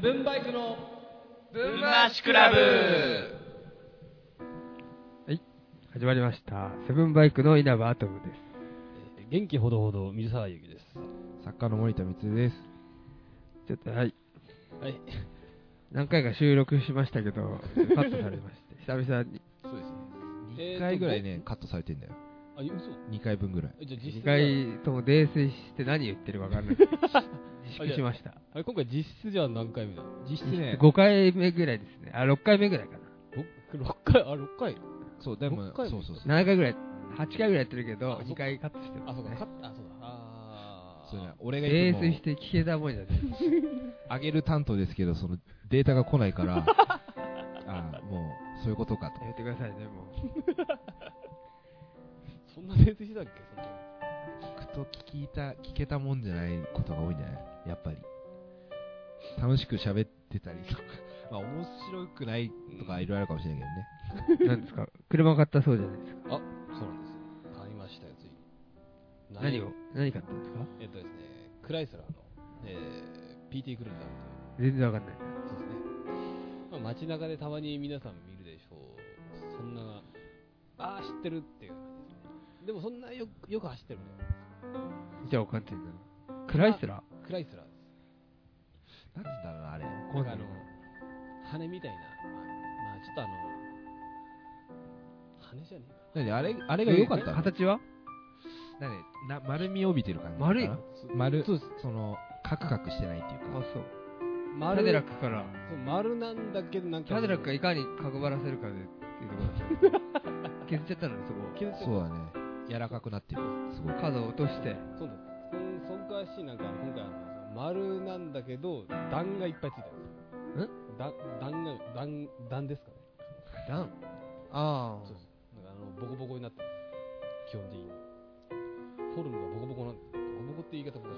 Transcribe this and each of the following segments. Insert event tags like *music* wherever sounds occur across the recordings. ブンバイクのブンマシクラブはい。始まりました。セブンバイクの稲葉アトムで元気ほどほど水沢ゆきです。作家の森田光です。す。ちょっと、はい。はい。何回か収録しましたけど、カットされま *laughs* して。久々に。そうですえーとね。2回ぐらいね、カットされてんだよ。あ、嘘2回分ぐらい。えじゃあ実質2では回とも泥酔して何言ってるか分か *laughs* んないけど。自粛しました。あれ、今回実質じゃあ何回目だ実質ね、 5回目ぐらいですね。あ、6回目ぐらいか 6, 回、あ、6回。そう、でも六、そ回うもそうそう。な。7回ぐらい、8回ぐらいやってるけあどそ、っか2回カットしてまあ、すそうか、ねか。あ、そうだ。あーそうね、俺が泥いつも酔して聞けたもんじ *laughs* ゃない。上げる担当ですけど、そのデータが来ないから、 *laughs* あーもう、そういうことかと。やめてくださいね、もう。そんな熱してたっけそんな聞くと聞いた、聞けたもんじゃないことが多いんじゃないやっぱり。楽しく喋ってたりとか、 *laughs* まあ面白くないとかいろいろあるかもしれないけどね。何ですか車買ったそうじゃないですか。あ、そうなんですよ。買いましたよ、ついに。何を何買ったんですかえっとですね、クライスラーの、えー、PT クルーザーという全然分かんない。そうですね。まあ、街中でたまに皆さん見るでしょう。そんな、ああ、知ってるっていう感じですね。でもそんなよくよく走ってるね。じゃあ分かんないな。クライスラクライスラーでなんだろうな、あれ。す。こうななんのかあの、羽みたいな、まあ、ちょっとあの、羽じゃねえか何あれ、あす。れが良かったの形は何な丸みを帯びてる感じ丸いかなす丸そうですそのカクカクしてないっていうあか、そう。タ丸デラックから、そう丸なんだけど、なんか、タデラックがいかに角張らせるかでっていうところですね削っちゃったのね、そこ。削っちゃそうだね柔らかくなってるすごく角を落として、そうなんです。そんそんかしい、なんか、今回あの、丸なんだけど、段がいっぱいついてるんですよ。ん段が、段、段ですかね。段。あそうそうなんかあのボコボコになってます基本的にフォルムがボコボコなんですボコボコって言い方もない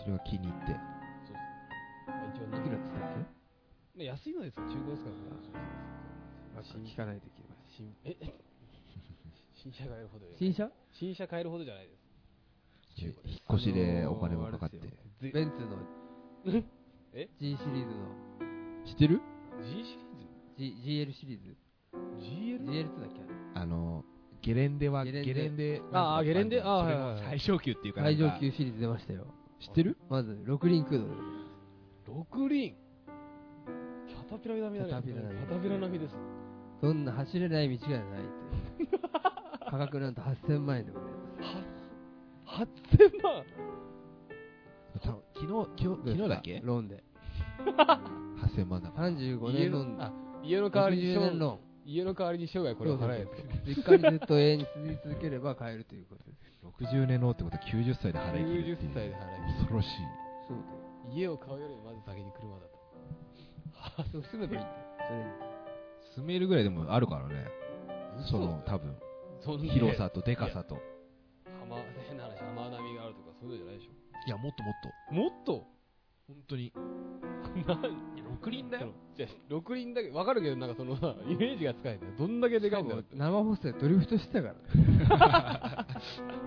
それが気に入ってそうですまあ一応あ。ないんくからっつったっまあ安いのですよ中古ですからねまあけ聞かないといけない。新え新車買えるほどよ新車新車買えるほどじゃないです引っ越しでお金もかかって、あのーあれですベンツのえ G シリーズの知ってる G シ G GL シリーズ。リーズ GL? GL だっけあのゲレンデはゲゲレンレデンデなんあかあゲレンデるじゃんあーそれはいはいもはい最上級っていうか最上なん級かシリーズ出ましたよ。知ってるまず、6輪駆動で6輪キャタピラ並みだねキャタピラ並みキャタピラ並みですどんな走れない道がないという価格なんと8000万円でございます。 8000万多分昨日昨日昨日だっけローンで。 8000万だから35家年ローンので。あ家の代わりに60年ローン。家の代わりに生涯これを払えって実家にずっと永遠に住み続ければ買えるということです。 60年のってことは90歳で払い切90るっていう歳で払え恐ろしいそう家を買うよりもまず先に車だと。だよ。そう住めばいいんだよ。それに。住めるぐらいでもあるからねその多分そんな広さとでかさと浜、変な話、浜波があるとかそういうのじゃないでしょ。いやもっともっともっと本当に六輪だよ。じゃあ六輪だけ、わかるけど、なんかそのさ、イメージがつかないんだよ。どんだけでかいんだよって。生放送でドリフトしてたからね。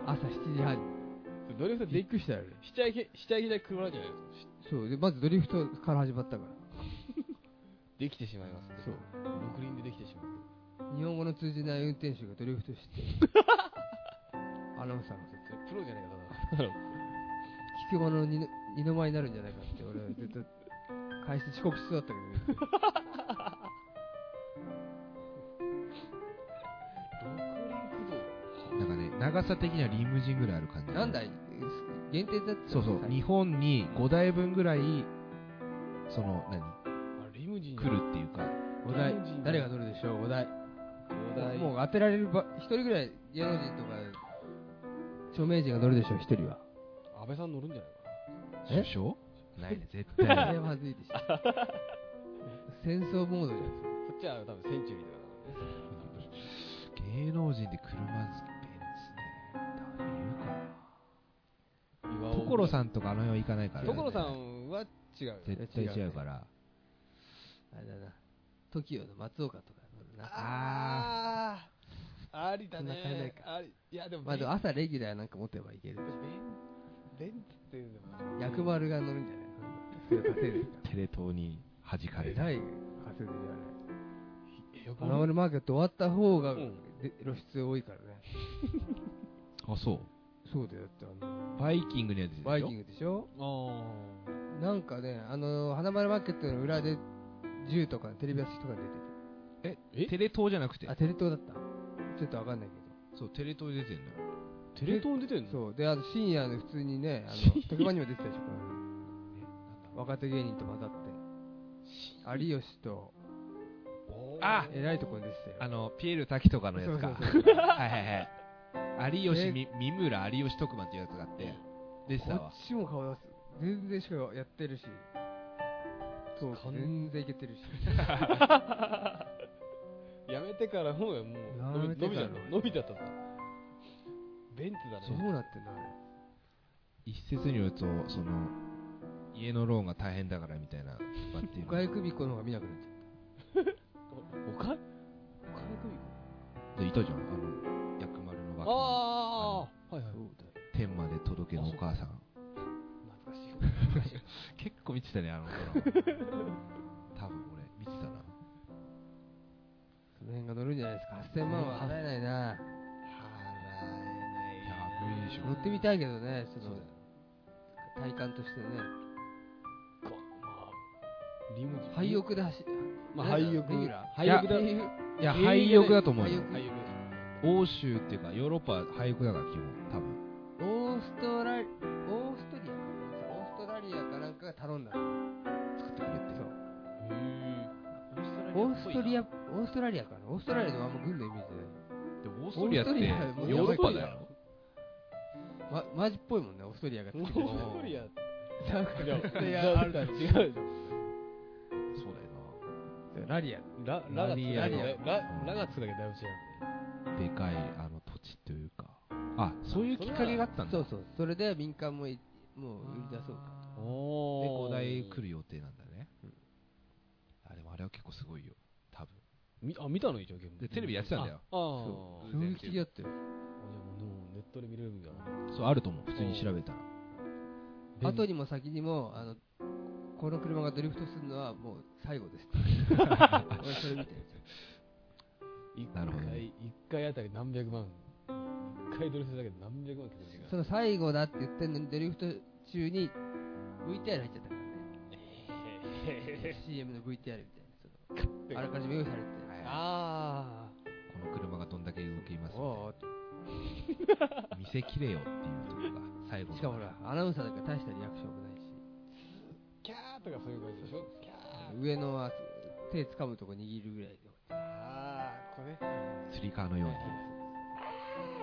朝7時半に。ドリフトびでっくりしたよね。しちゃいけ、しちゃいけない車じゃないですか。そう。で、まずドリフトから始まったから。できてしまいますね。そう。六輪でできてしまう。日本語の通じない運転手がドリフト *laughs* して。アナウンサーがずっそと。れプロじゃないか、だ聞くものの二二の舞になるんじゃないかって俺はずっと開始遅刻しそうだったけど六輪駆動。なんかね、長さ的にはリムジンぐらいある感じ。 *laughs* なんだい限定だってそうそう。日に本に5台分ぐらい、その、何あ、リムジン来るっていうか、お題日本人誰が乗るでしょうお題5台。もう当てられるば一人ぐらい芸能人とか著名人が乗るでしょう一人は安倍さん乗るんじゃないか首 *laughs* 相ないね、絶それ対。はまずいでしょ戦争モードじゃないですかな。こっちは多分センチュリーとかだからね。芸能人で車好き、ベンツね。誰いるか岩な尾所さんとかあの辺は行かないから、所さ。んは違うよね。絶対違うから。あれだな TOKIO の松岡とか乗るなああーありだそんな買えないねかありいやでもまあでもベン朝レギュラーなんか持てばいけるベンベンツっていうのも薬丸が乗るんじゃないそれ稼いでるか。テレ東に弾かられえたらい稼いでるよね。いやアナマルマーケット終わった方がうんで露出多いからね。あそうそうだよ、だってあの、バイキングのやつですよバイキングでしょあなんかね、あの、花丸マーケットの裏で銃とかテレビ朝日とか出てえテレ東じゃなくてて。あ、テレ東だったちょっとわかんないけど。そうテレ東で出てんのよテレ東に出てんのそう。で、あと深夜の普通にね、あの、特番にも出てたでしょこの間、若手芸人と混ざって。有吉と、あえらいところに出てたあよ。のピエール滝とかのやつかそうそうそうはいはいはい有吉み三村有吉特番っていうやつがあって出てたこわっちも顔出す。全然しかやってるし。そう、完全然いけてるし。やめてからほうがもうや伸めびて伸びちからゃった伸びちゃったぞベンツだどねうなってんのあれ一説によるとその家のローンが大変だからみたいなとかっていうの岡井久美子の方が見なくなっちゃおかった。でいたじゃんあの薬丸のあバッあーはいはいそう天まで届けのお母さん懐かしい懐かしい結構見てたねあの頃 *laughs* 多分俺見てたなその辺が乗るんじゃないですか。8000万は払えないな。やべえでしょ乗ってみたいけどね、ちょっそうだよと体感としてね。こまあリムジン *laughs* 廃屋で走まあ廃屋レギュラー廃屋だ廃屋いや永遠じゃ廃ない屋だと思うよ廃廃屋欧州っていうかヨーロッパは廃屋だから基本多分オーストラリオーストリアかオーストラリアかなんかが頼んだの作ってくれってそうへーオーストリアオーストラリアかなオーストラリアのあんま軍のイメージでオーストリアってオーストヨリアはもうーロッパだやじよゃない、ま、マジっぽいもんねオーストリアがオーストリアってなんかじゃ絶あ対じゃああるだろう違うでしょそうラリアララがつくだけラリだアララがつくだけだいぶ違うだよなでかいあの土地というかあそういうきっかけがあったんだそうそうそれで民間もいもう売り出そうかおで5台来る予定なんだね、あでもあれは結構すごいよ多分みあ見たの一応ゲームでテレビやってたんだよああーそう衝撃的だったよあじゃあもうでもネットで見れるんだそうあると思う普通に調べたら便利後にも先にもあのこの車がドリフトするのはもう最後です *laughs* 俺それ見てる一なるほどね回一回あたり何百万一回ドルするだけで何百万ってことそがの最後だって言ってんのにドリフト中に VTR 入っちゃったからね CM の VTR みたいなそのあらかじめ用意されてあこの車がどんだけ動きますおうおう見せきれよっていうところが最後のしかもほらアナウンサーだから大したリアクションもないしあキャーとかそういう感じでしょキャー上のは手掴むとこ握るぐらいでああこれ釣り革のようにパ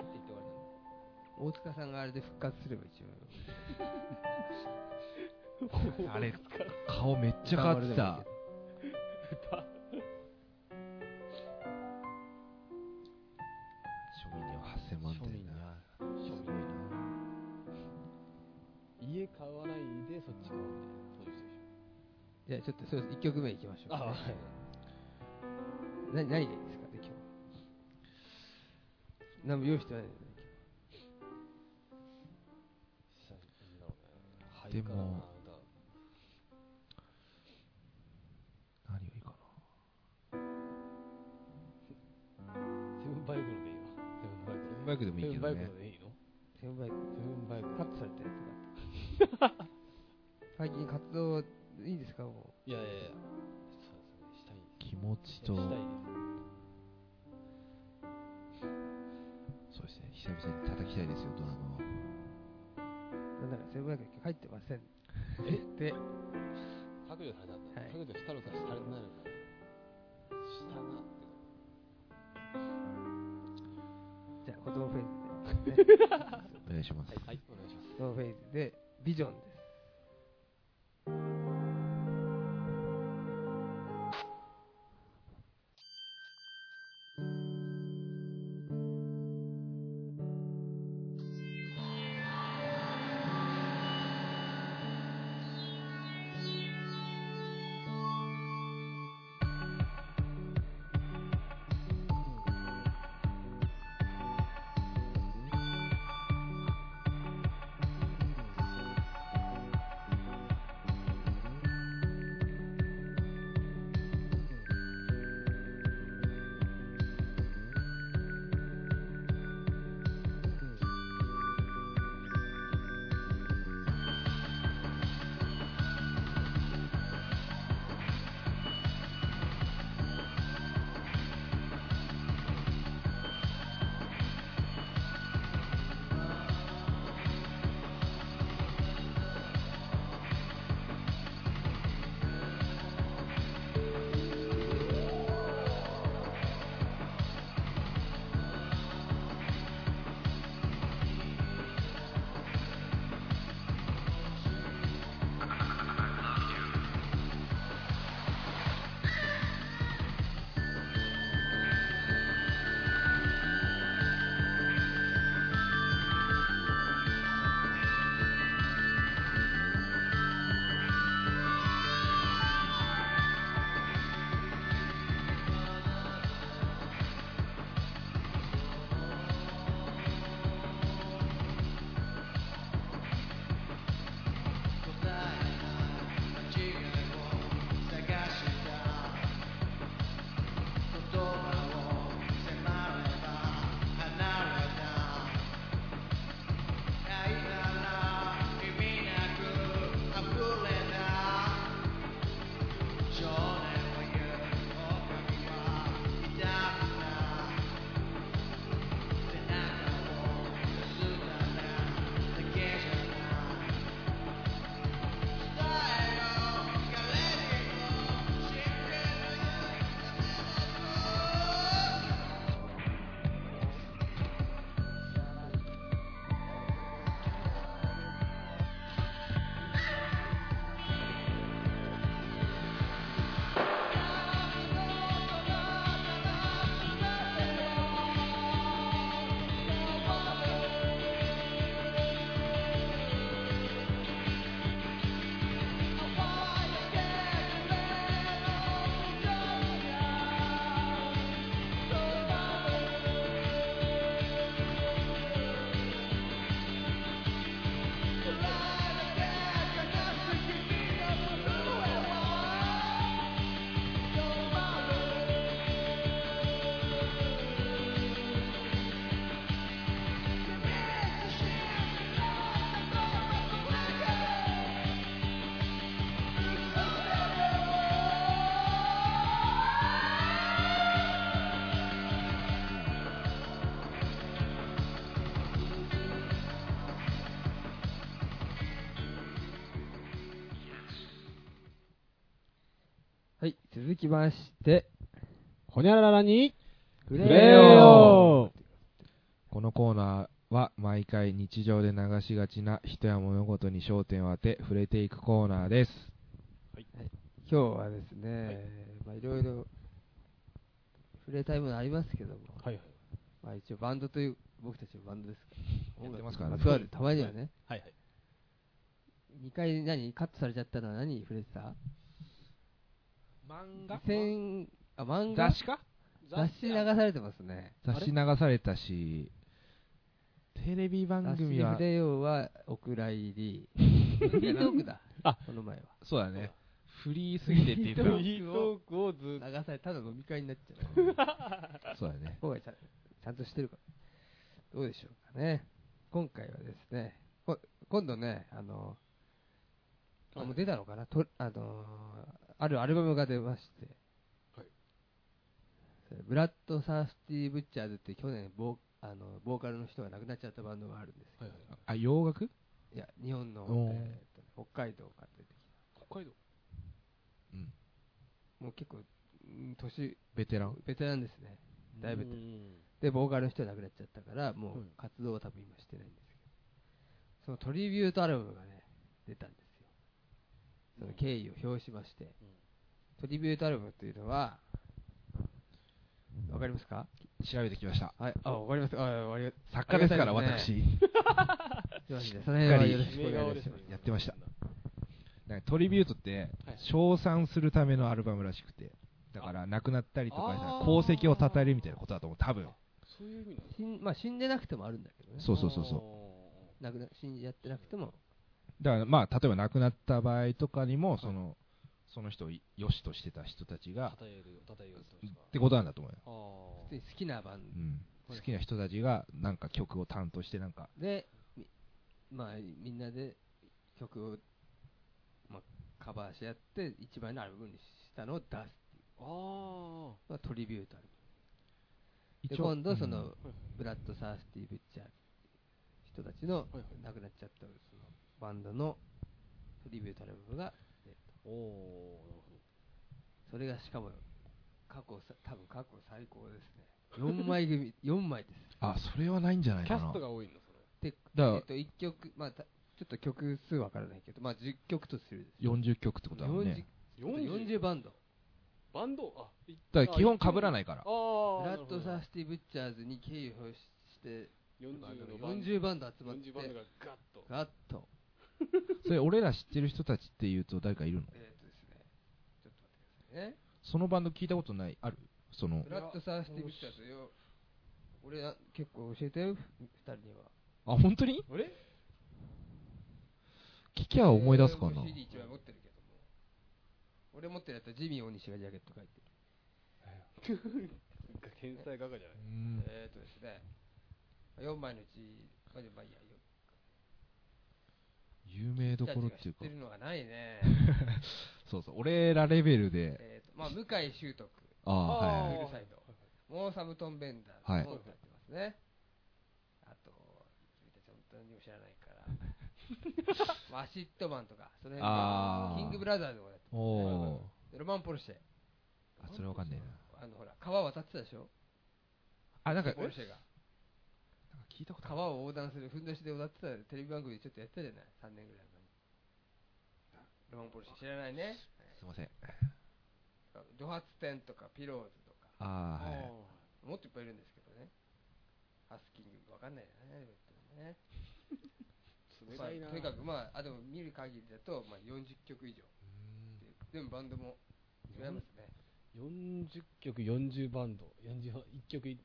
ッて言って終わりなんだ大塚さんがあれで復活すれば一番あれ顔めっちゃ変わってた庶民には8000万庶民点になはすごいな家買わないでそっち買おうみたいなそういう人でしじゃあちょっとそう1曲目いきましょうょああはい何何がいいですかね今日何も用意してないのねはいでも何がいいかセブンバイクのでいいわセブンバイクなバイクでもいセいブけンバどイクねのでいいのテンバイクセブンバイクカットされたやつがあった最近活動いいですかもいやいやいやそうですねしたい気持ちしたといそですうですね久々に叩きたいですよドラマをうなんだかセブンバイク入ってませんで削除されたんだ、はい削除したのかされてないのかしたなってじゃあ子供フェー *laughs* ズで、ね、お願いします、はいお願いします子供フェーズでビジョンですあはい、続きまして、ほにゃららに、く触れよこのコーナーは毎回日常で流しがちな人や物事に焦点を当て触れていくコーナーです今日はですね、まあいろいろ触れたいものありますけども、はいはい。まあ一応バンドという、僕たちもバンドですから、やってますからね音楽にまつわるたまにはね、はいはい。 2回何カットされちゃったのは何に触れてた漫2000あ漫画雑誌か雑誌流されてますね。雑誌流されたしテレビ番雑誌組は筆用はお蔵入 *laughs* り。フリートークだ。あこの前は。そうだねフリーすぎてって言ってフリたいいトークをずっと。流されただ飲み会になっちゃう。 *laughs* そうだね今回ちゃんちゃんとしてるから。どうでしょうかね。今回はですね、こ今度ね、あの、あもう出たのかなとあのあるアルバムが出まして、はいそれブラッド・サースティー・ブッチャーズって去年ボーあのボーカルの人が亡くなっちゃったバンドがあるんですけはど、いはいあ洋楽い、や日本の、えおーーと北海道から出てき北海道。うんたもう結構うん年ベテランベテランですねだいぶうんでボーカルの人が亡くなっちゃったからもはいう活動は多分今してないんですけど、そのトリビュートアルバムがね出たんですよその敬意を表しまして、トリビュートアルバムというのはわかりますか調べてきましたはいあわかりますあわかります作家ですからありがたいです私すいませんねその辺はよろしくお願いしますやってましたなんかトリビュートってはい称賛するためのアルバムらしくてだから亡くなったりとかさあー功績を称えるみたいなことだと思う多分そういう意味なの死ん,、まあ、死んでなくてもあるんだけどねそうそうそうそうう。亡くな死んじゃってなくてもだからまあ例えば亡くなった場合とかにもそのその人を良しとしてた人たちがたたえる、たたえようとっ。てことなんだと思うよ、ああ普通に好きなバンうん、好きな人たちがなんか曲を担当してなんかドで、みまあ、みんなで曲を、まあ、カバーし合って一枚のアルバムにしたのを出す、あまあ、トリビュートアルバムで一応今度その、うんブラッド・サースティー・ブッチャー人たちのはいはい亡くなっちゃったそのバンドのトリビュートアルバムがあ。おお。それがしかも過去さ多分過去最高ですね4枚 *laughs* 組4枚ですあそれはないんじゃないキかャなストが多いの、それ。で、だからえっと、1曲、まあ、たちょっと曲数わからないけど、まあ、10曲とするです40曲ってことだもんね40 40バンドバンドあ、いだから基本被らないかあらあ。ブラッド・サース。スティ・ブッチャーズに敬意を表して40のバンド。 40バンド集まっ40バンドてがガッと。ガッとそれ俺ら知ってる人たちっていうと誰かいるのえっとですねちょっと待ってくださいねそのバンド聞いたことないあるそのブラッド・サースティ・ブッチャーズよ俺は結構教えてよ2人にはあ本当にあれ聞きゃ思い出すか俺なも CD1 枚持ってるけども俺持ってるやつはジミー大西がジャケット書いてる天才画家じゃない。うんえっとですね4枚のうちまあでもまあいいやよ有名どころっていうか知ってるのがないね。 *laughs* そうそう俺らレベルでえーとまあ、向井修徳、ああはいあはーいフルサイド、モーサムトンベンダはーいも歌ってますね。あと、君たち本当にも知らない *laughs* から、まあアシッドマンとか、その辺あーキングブラザーズもやっておおますロマン・ポルシェ、ーあそれわかんねえなあのほら川渡ってたでしょ、あなんかポルシェが。聞いたこ川を横断するふんどしで踊ってたテレビ番組でちょっとやってたじゃない、3年ぐらい前に。ロマン・ポルシェ知らないね。すいませんドハツテンとかピローズとか。ああはいあもっといっぱいいるんですけどね。ハスキングわかんないよね。でもねー冷たいまな。あとにかくまあ、あでも見る限りだと、まあ、40曲以上っていう。でもバンドも違いますね。 40曲40バンド。41曲い、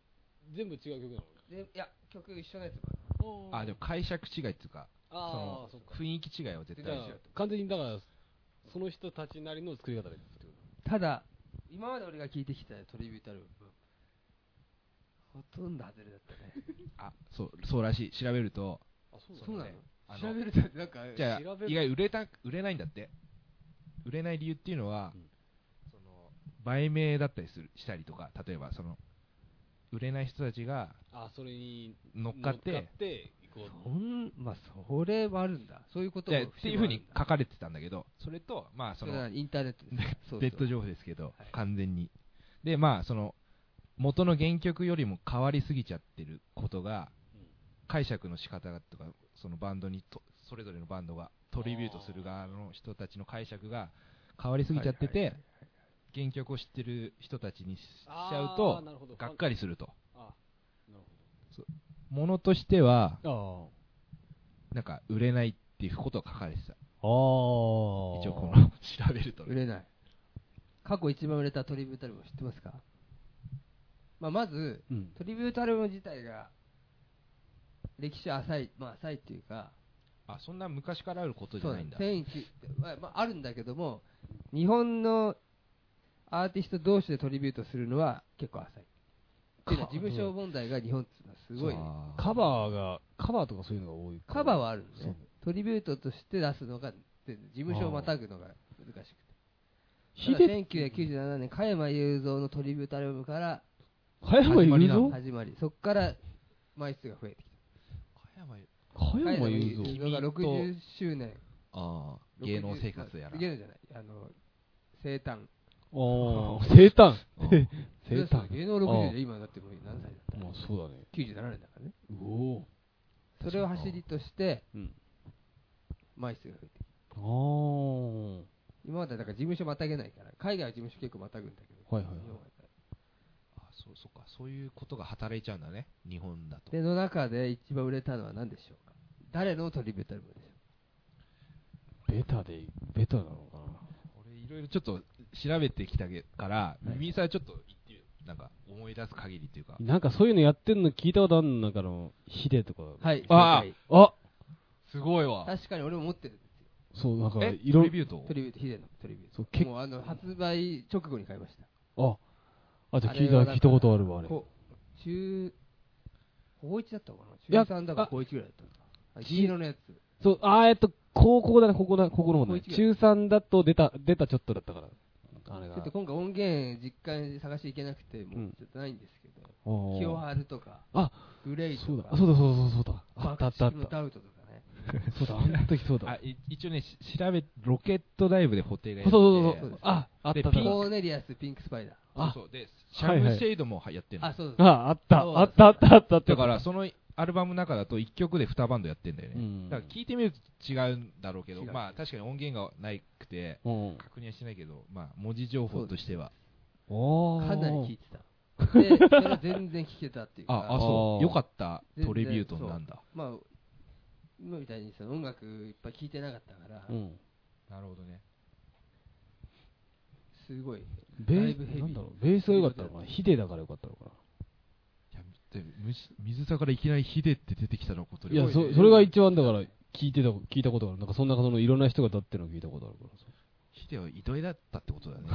全部違う曲なでいや、曲一緒のやつのあでも解釈違いっていうかああ、そそっのか。雰囲気違いは絶じゃ対あある完全にだからその人たちなりの作り方ですってこただ、今まで俺が聴いてきたトリビュータルほとんど外れだったね。あそうそうらしい調べるととあそそうなのねあ調のべるとなんか、じゃあ調べる意外売れた売れないんだって売れない理由っていうのは、うんその売名だったりするしたりとか例えばその売れない人たちがあそれに乗っかって乗っかっていくクをそんまあそれはあるんだそういうことじもゃあっていうふうに書かかれてたんだけど、それと、まあ、そそれはの、インターネットですねそうそうデッド情報ですけど、はい完全に。で、まあ、その、元の原曲よりも変わりすぎちゃってることが、解釈の仕方がとか、そのバンドにと、それぞれのバンドが、トリビュートする側の人たちの解釈が変わりすぎちゃってて、はいはい原曲を知ってる人たちにししちあーゃうと、なるほどがっかりすると。あなるものとしては、ほなんか売れないっていうことが書かれてどた。ああ一応この調べると売ね。れない過去一番売れたトリビュートアルバム知ってますか、まあ、まずうんトリビュートアルバム自体が歴史浅いまあ浅いっていうかあ、そんな昔からあることじそゃうなないんんだだ。1001まあまああるんだけども日本のアーティスト同士でトリビュートするのは結構浅いっていうのは事務所問題が日本っていうのはすごいあーカバーがカバーとかそういうのが多いカバーはあるんですそうねトリビュートとして出すのが事務所をまたぐのが難しくてヒただデ1997年加山雄三のトリビュートアルバムから加山始まり雄なの三始まりそこから枚数が増えてき加山ゆ加た加山山雄雄三三が君と60周年あー芸能生活やら。 60芸能じゃないあの生誕おー生誕うん生誕芸能60で今だってもう何歳だったまあそうだね ?97 年だからねうおーそれを走りとしてうん枚数が増えてきたああ今までだから事務所またげないから海外は事務所結構またぐんだけどはいはいはい日本あそうそうか、そういうことが働いちゃうんだね、日本だと。での中で一番売れたのは何でしょうか誰のトリビュートアルバムでしょベタでベタなのかな俺、いろいろちょっと調べてきたから、い耳さんちょっと言ってよなんか思い出す限りというか、なんかそういうのやってんの聞いたことあるんだから、ヒデとか。うはいあ正あすごいわ。解確かに俺も持ってるんですよそう、なんか、え、いトろリビュートトリビュートヒデのトリビュートそう結構もうあの発売直後に買いましたあ、あ、じゃああ聞いれた、はだから聞いたことあるわ、あれ。こう中高1だったのかいやな中3だから高1ぐらいだったのかあ黄色のやつそう、あー、えっと、高校だね、高校だ、高校の方高ね。一ぐらい中3だと出た、出たちょっとだったから。あれちがょっ。と今回音源実家に探していけなくてうもうんちょっとないんですけどあー清春とかあ、グレイとそうだ、かあそうだ、そうだ、そうだ。あったあバったあっックのた。ダウトとかねそうだ、あの時そうだ。あい一応ね、し調べ、ロケットライブでホテルがやそうっそうそうそてそうでうす。あ、あったあっでピたン。コーネリアスピンクスパイダーそうあそうで、シはャいムはいシェイドもはやってるの。あそうだあ、あった、そうあったあったあったあった。だから、、そのアルバムの中だと1曲で2バンドやってんだよね。うんだから聞いてみると違うんだろうけど、違うまあ確かに音源がないくて、うん。確認はしてないけど、まあ文字情報としては。おー。かなり聞いてたでそれは全然聞けたっていうあ、あ、かそあう。ーよかった。トリビュートなんだ。まあ今みたいにその音楽いっぱい聞いてなかったからうん。なるほどね。すごいベだいぶヘビーーなんだろう、ベースが良かったのかな。ヒデだから良かったのかな。いやでむし水さからいきなりヒデって出てきたのこといや、すごいそねそれが一番だから、聞いてた、聞いたことがある。なんか、そんな、その、いろんな人が歌ってるの聞いたことあるからさ。ヒデは偉大だったってことだね。 *laughs*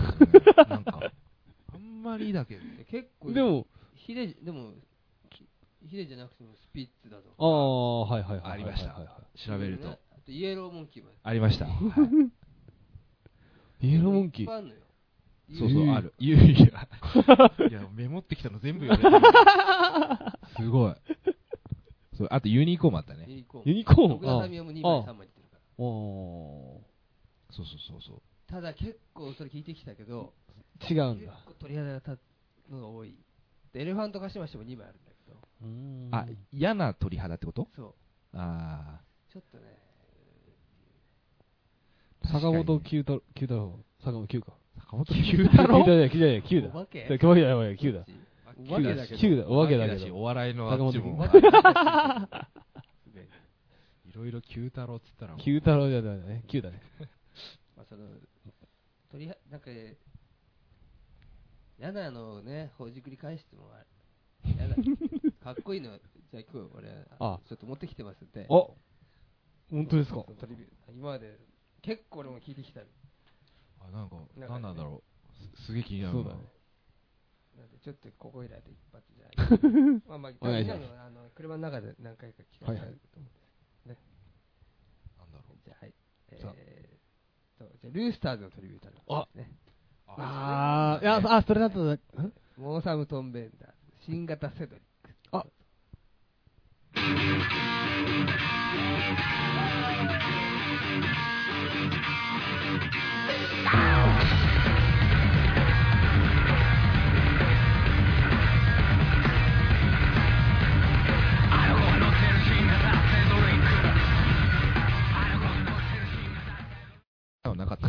なんか、あんまりだけど。で結構でも、ヒデでもひヒデじゃなくてもスピッツだとかああ、はいはいはいはいはいはい。ありましたはいは。調べるとね。あとイエローモンキーもやってありました。はいいイエローモンキいっぱー。いあんのよそうそゆう、うある。ゆうゆうがいや、メモってきたの全部言われてる。すごい。そう、あとユニコーンもあったね。ユニコーンユニコーン徳田民生も2枚3枚ってるかあーそうそうそうそう。らただ結構それ聞いてきたけど違う結んだ。構取り上げられたのが多いでエレファントカシマシも2枚あるんだけどあ、嫌な鳥肌ってことそうあちょっとねあ。坂本確かにね九太郎、九太郎、坂本九か。坂本九太九郎だよ、九だよ、九だ。お化けだから九だよ、お化け九だ。お化けだけど九だ、お化けだけし、ど。お笑いのあっち坂も。本あいねろいろ九太郎っつったらもう。九太郎じゃないね、九だね。まあその取りはなんか嫌なのをねほじくり返してもあれ嫌だかっこいいのじゃあ今日俺あちょっと持ってきてますんであ本当ですかそのトリビュー今まで結構俺も聞いてきたあ、なんか、なんかねなんなんだろう。すすげえ気になるそうなだね。なんでちょっとここ以来で一発じゃないまあまあお願いしみますんなのあの車の中で何回か聞かせたいと思なんだろううんですじゃあはいさあえーとじゃあルースターズのトリビュータルですねああ、いや、あ、それだったら、んモーサム・トンベンダーズ新型セドリックあ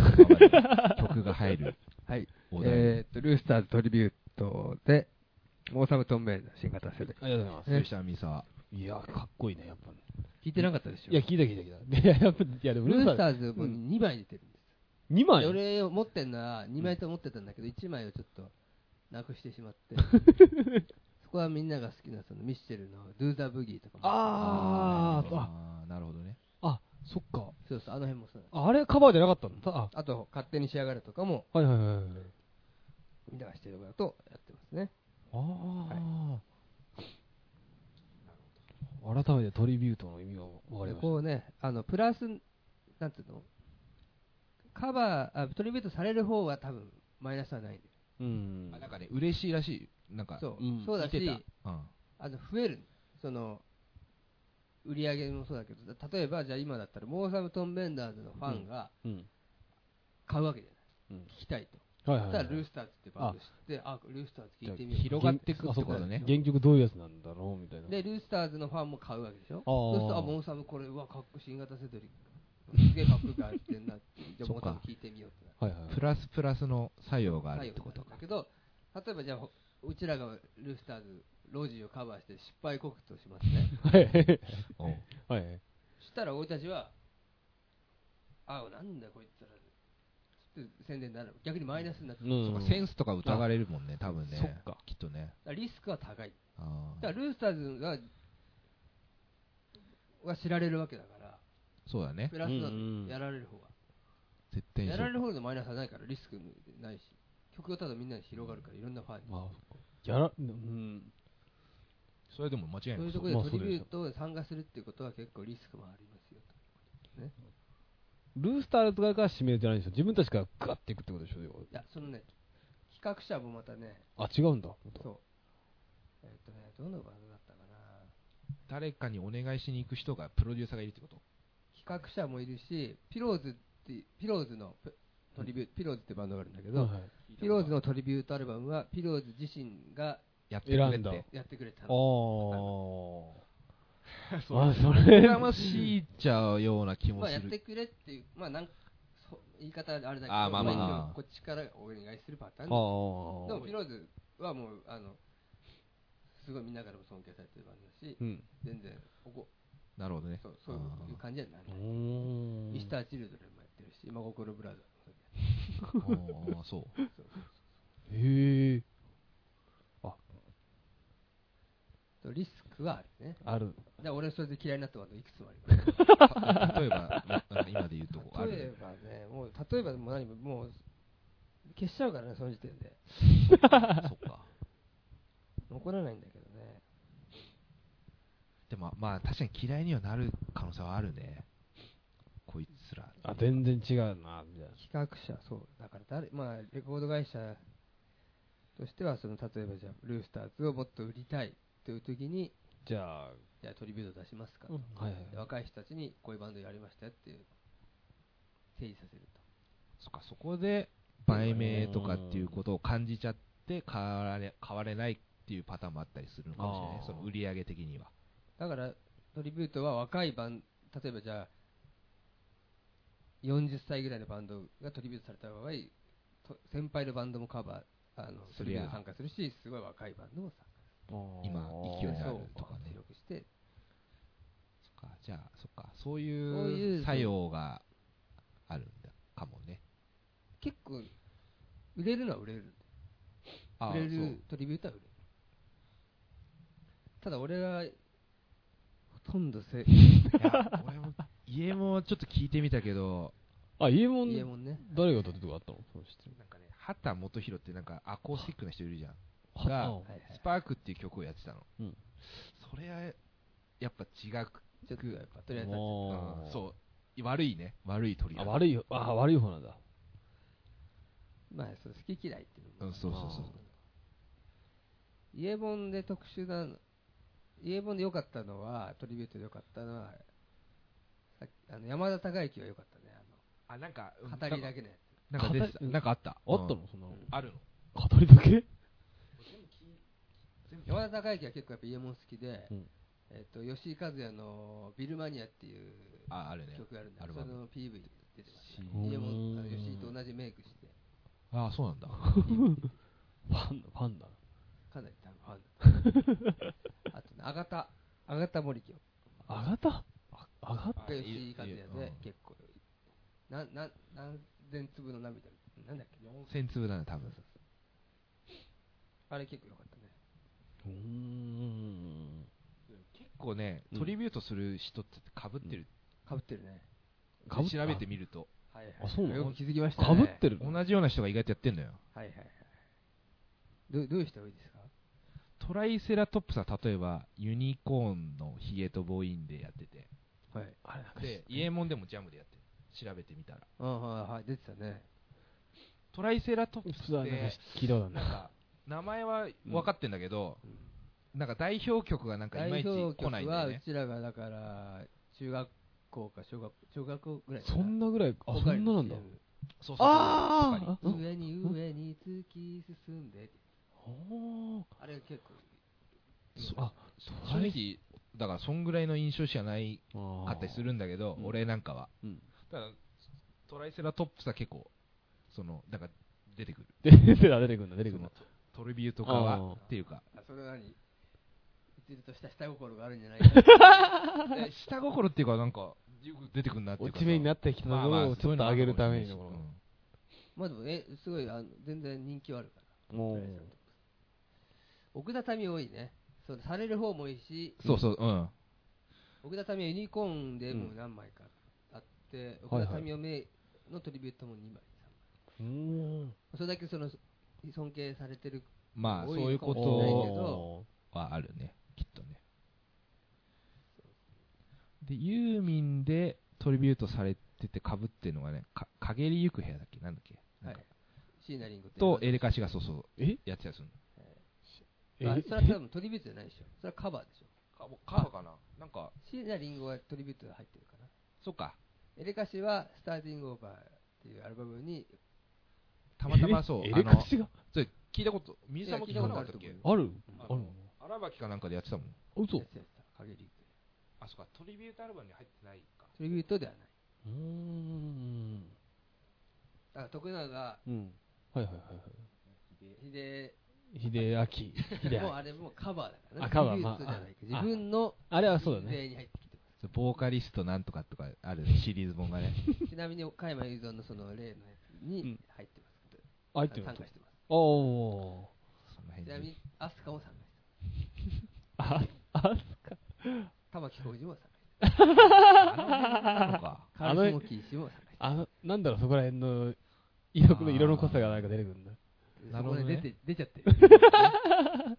*laughs* ルースターズトリビュートで、モーサム・トン・メインの新型セレありがとうございます。吉田美沙。いや、かっこいいね、やっぱ、ね。聞いてなかったでしょいや、聞いた聞いた聞いた。いや、やっぱ、いや、でも、ブルースターーズも2枚出てるんです、 2で枚。俺持ってんのは2枚と思ってたんだけど1枚をちょっとなくしてしまってそこはみんなが好きなそのミッシェルの「ドゥ・ザ・ブギー」とかもあー、あ、あー、なるほどね。あ、そっか。そうそうあの辺もそうなんですああれカバーじゃなかったんだ。あ、あと「勝手に仕上がる」とかもはいはいはいはい。みんながしてるからとやってますねああ、改めてトリビュートの意味が分かりでました。こうねあのプラスなんていうのカバーあトリビュートされる方は多分マイナスはないんでうんあなんかね、嬉しいらしい。なんか、そう、うんそうだ見てたしうん。あの増えるその売り上げもそうだけどた例えばじゃあ今だったらモーサムトン・ベンダーズのファンがうん。買うわけじゃない、うん聞きたいと、はいはそしい、たはらルーい。スターズってバンド知ってあルースターズ聞いてみよ広がってくってことね。原曲どういうやつなんだろうみたいな。うでルースターズのファンも買うわけでしょあーそうするとあモーサムこれうわかっこ新型セドリすげえかっこよくやってんなってじゃあそモっーサムか聞いてみようってなるはいはい。プラスプラスの作用があるってことだけど例えばじゃあほうちらがルースターズロジーをカバーして失敗告知をしま *laughs* すねはい。おうはい。したら俺たちはあなんだこいつらつって宣伝になる逆にマイナスになっちゃう、うそんっかセンスとか疑われるもんね、多分ね。そっかきっとね。だからリスクは高いあだーからルースターズがは知られるわけだからそうだねプ。ラスなうんんうんだやられる方は、絶対にやそうられる方のマイナスはないからリスクないし曲がただみんなに広がるからいろんなファンに、まあ、そっかやら、うん。それでも間違いないそういうとこまろあでトリビューそトを参加するっていうことは結構リスクもありますよとルースターズ側から指名じゃないんですよ。自分たちからガッていくってことでしょ。要はいやそのね企画者もまたねあ、違うんだ。そうえっとねどのバンドだったかな誰かにお願いしに行く人がプロデューサーがいるってこと企画者もいるし、ピローズって、ピローズのプトリビュー、ピローズってバンドがあるんだけど、はいはいピローズのトリビュートアルバムは、ピローズ自身がやってくれ選んだってやってくれたあの。あ。そうあ、そ羨 *laughs* れ。ましいちゃうような気もまあ、やすってる。くれっていう、まあ、なんそう言い方あれだけど、あーまあまあまあ一応こっちからお願いするパターンああ。ででも、ピローズはもう、あの、すごいみんなからも尊敬されてるバンドだし、うん。全然、ここ、なるほどねそ。うそういう感じにはならない。ミスター・チルドレンもやってるし、今心ブラザーズもやってるおーそう。へえ。そうリスクはあるね。ある。で俺それで嫌いになったバンドいくつもあります。た例えば、なんか今で言うとこあ例える。ばね、もう例えばもう何ももう消しちゃうからね、その時点で。そっか。残らないんだけどね。でも、まあ確かに嫌いにはなる可能性はあるね。こいつら。あ、全然違うな、みたいな。企画者、そう、だから誰、まあ、レコード会社としては、その例えばじゃあ、ルースターズをもっと売りたいという時に、じゃあ、じゃあトリビュート出しますかと、はいはいで若い人たちにこういうバンドやりましたよっていう、整理させると。そっか、そこで、売名とかっていうことを感じちゃって、変われ変われないっていうパターンもあったりするのかもしれなあい。ーその売り上げ的には。だから、トリビュートは若いバン例えばじゃあ、40歳ぐらいのバンドがトリビュートされた場合、と先輩のバンドもカバー、あのそトリビりューゃト参加するし、すごい若いバンドも参今勢い加のすあるる。とかね広くして、そっか、じゃあ、そっか、そうそういいうう作用があるんだかもね。結構、売れるのは売れる。あ売あれそうるトリビュートは売れる。ただ俺が、ほとんどせ、いや俺も家もちょっと聞いてみたけど、あ、家も家もんね。誰が歌ってたとかあったのその人なんかね、畑元博ってなんかアコースティックな人いるじゃん。あがうん、はいはいスパークっていう曲をやってたの。うんそれは、やっぱ違く、ちょっとやっぱ、とりあえず、あうんーそう、悪いね、悪い鳥あ、だ悪い、あ、悪い方なんだ。まあ、そう好き嫌いっていうのもうん、そうそうそう。イエボンで特殊なのイエボンで良かったのはトリビュートで良かったのはさっきあの山田孝之は良かったねあ、なんか、あの語りだけのやつなんか出てた語りなんかあった。あったうのんそんなの。あるの。語りだけ山田孝之は結構やっぱイエボン好きで、うんえっと吉井和也の「ビルマニア」っていうあ、あるね。曲があるんだアけルどバそムの PV 出てましたうんイエボンあの吉井と同じメイクして *laughs* あ、そうなんだ。ァンだ、ファンだ。かなり多分 *laughs* ファンあとね、あがた、あがた森清。あがたああがが吉井和也で結構、な、な、何千粒の涙、なんだっけ、 4000粒だね、多分。あれ結構良かったね。うーん。結構ね、うんトリビュートする人って被ってる。かぶってるね。かぶっ調べてみると、はいはい。あそうなのよく気づきましたね。かぶってる。同じような人が意外とやってんだよ。はいはいはい。どどういう人が多いですかトライセラトップスは例えば、ユニコーンのヒゲとボインでやってて、はい。あれなんか知で、イエモンでもジャムでやってる。調べてみたら。あはいはい、出てたね。トライセラトップ普ス通はっなん *laughs* か、て聞いたことあるなんなか、名前は分かってんだけど、なんか代表曲がなんかいまい代ち表来曲ないんだはようね。ちらがだから、中学校か小学校、小学校ぐらいかそんなぐらい、あ、ポそカリんななのんだ。 CM そうそうそうあーあうん上に上に突き進んで。ほあれ結構。ーそあ、正直、だからそんぐらいの印象しかないあかったりするんだけどあ、ー俺なんかは。うん。ただトライセラトップスは結構、その、なんか出てくる。 *laughs* 出てくるんだ、出てくるんだ、出てくるんだ。トリビュート化はあーっていうか、あ、それ何いつるとした下心があるんじゃないか。え下心っていうか、なんか、よく出てくるなっていう落かさ。ち目になってきたまあのまあをちょっと上げるためにそういうのこもあるかもしれないしまあでもね、すごい、あの全然人気はあるから。のもう奥田民多いね。そうされる方もいいし、うんそうそう、うん。奥田民はユニコーンでも何枚かあって、はいはい奥田民を名のトリビュートも2枚、うーん。 3枚。それだけその尊敬されてる。まあ、多いそのかもういうこしれないけどとはあるね、きっとね。で、ユーミンでトリビュートされててかぶってるのがね、か陰りゆく部屋だっけなんだっけはないんか。シーナリングと、エえレカシがそうそう、えやってたやつ。えあそれは多分トリビュートじゃないでしょ。それはカバーでしょ。カバかななんか、シーナリングはトリビュートが入ってるかな。そうか。エレカシはスターティングオーバーっていうアルバムに、たまたまそう、えあエレのカ、シがそれ聞いたこと、ミさんも聞いたことなかったっいけや聞いたこあるああのる荒ばきかなんかでやってたもん。嘘やつやった影リングあ、そうか、トリビュートアルバムに入ってないか。トリビュートではない。うーん。だから徳永うん。はいはいは秀いはい。秀明。*laughs* 秀もう明。あれもうカバーだからね。あカバートリビュトじゃないけどまああ自分のあれはそうだね。例に入ってきてまボーカリストなんとかとかあるシリーズ本が *laughs* ね。す。ちなみに岡山雄三のその例のやつに入ってますけど。入ってる参加してまおおそのす。辺ちでなみにアスカも参加してまー。あ、あ、す。玉置浩二も参加してあのか。ます。カあーのル・スモキー氏も参加してまあの、なんだろう、そこら辺の、色の色の濃さがなんか出てくるんだ。す。なるほどねそこで出て出ち *laughs* ゃってる。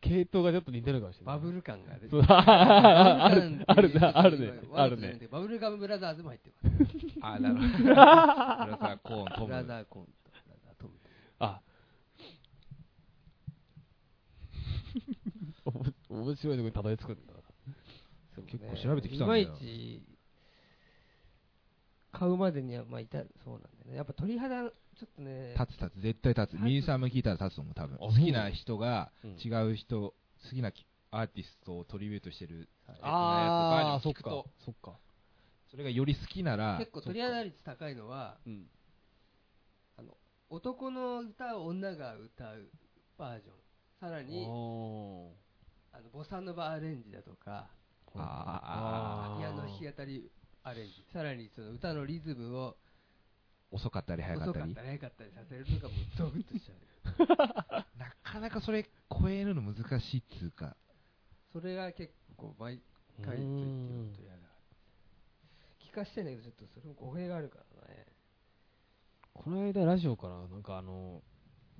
系統がちょっと似てるかもしれない。バブル感が出てそうる。あるあるねあるねあるね。バブルガムブラザーズも入ってます。あ、なるほど。ブラザーコーン、トブラムザ。ーコント、ブラザートム。あ。おも面白いとこにたどり着くんだ。そうね結構調べてきたんだよいまいち買うまでにはまあいたそうなんだよねやっぱ鳥肌ちょっとね立つ立つ、絶対立つ。立つミーさんも聞いたら立つと思う、多分。あ好そうきな人がうん違う人、好きなきアーティストをトリビュートしてる、えっとねあやあ、つバそーっジョンを聞くかと、。そっか。それがより好きなら、結構鳥肌率高いのはうん。あの男の歌を女が歌うバージョンさらにあのボサノバアレンジだとかああーピアノ弾き語りアレンジさらにその歌のリズムを遅かったり早遅かかっったたり早り。かったりさせるとかもうゾクッとしちゃうなかなかそれ超えるの難しいっつうか。それが結構毎回と言っても鳥肌が聞かしてんだけどちょっとそれも語弊があるからねこの間ラジオからなんかあの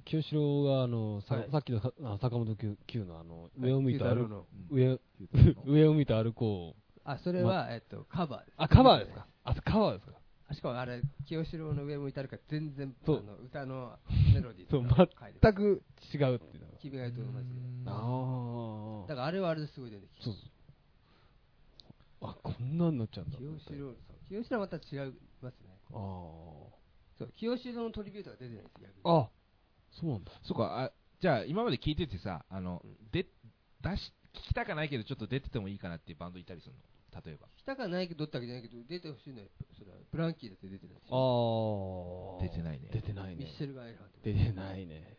清志郎があのさ,、はいさっきのさあ坂本九九のあのはい上を向いて歩九太郎このうんう上上を向いて歩こうあそれは、えっと、カバーですあカバーですかあカバーですかあしかもあれ清志郎の上向いてあるから全然あそうの歌のメロディーそうとか書いてま全すく違うっていうのが君が言うと同じであだあからあれはあれですごい出てきそたうそうあこんなになっちゃうんだ清志郎そう清志郎はまた違いますねそう清志郎のトリビュートが出てないです逆にあああそうなんだそうか、あじゃあ今まで聞いててさ、あの、うんで出し聞きたかないけど、ちょっと出ててもいいかなっていうバンドいたりするの、例えば。聞きたかないけどどったわけじゃないけど出てほしいのはそれはブランキーだって出てないあしあ出てないね出てないミッねシェル・ガイラーとか出てないね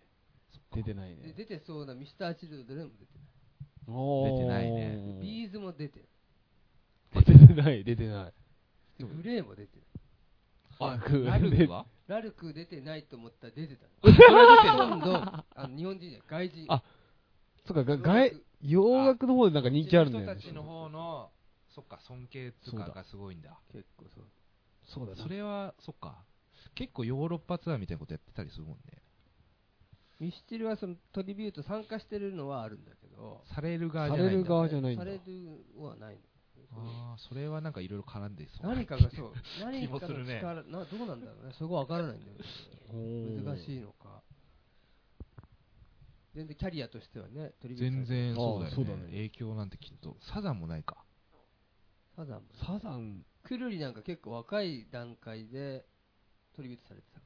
出てないでね。出てそうなミスターチルドレンも出てない出てないねビーズも出て出てない、出てない。ないグレーも出てあ、くラルクはないラルク出てないと思ったら出てた *laughs* のそれは出てる今度あの日本人じゃない外人あそうか、が外、洋楽の方でなんか人気あるんだよこっねち。の人たちの方のそっか尊敬とかがすごいんだ結構そうそうだ、それはそっか結構ヨーロッパツアーみたいなことやってたりするもんねミスチルはそのトリビュート参加してるのはあるんだけどされる側さじゃなれいるんだ側じゃないんさだ。れるはないのあーそれはなんかいろいろ絡んでそう何かがそう何 *laughs* 気かもがするね力などうなんだろうねそこは分からないんだよね難しい。いのか全然キャリアとしてはねトリビュート全然そうだあーよそねうだね影響なんてきっとサザンもないかサザンもサザン、くるりなんか結構若い段階でトリビュートされてたか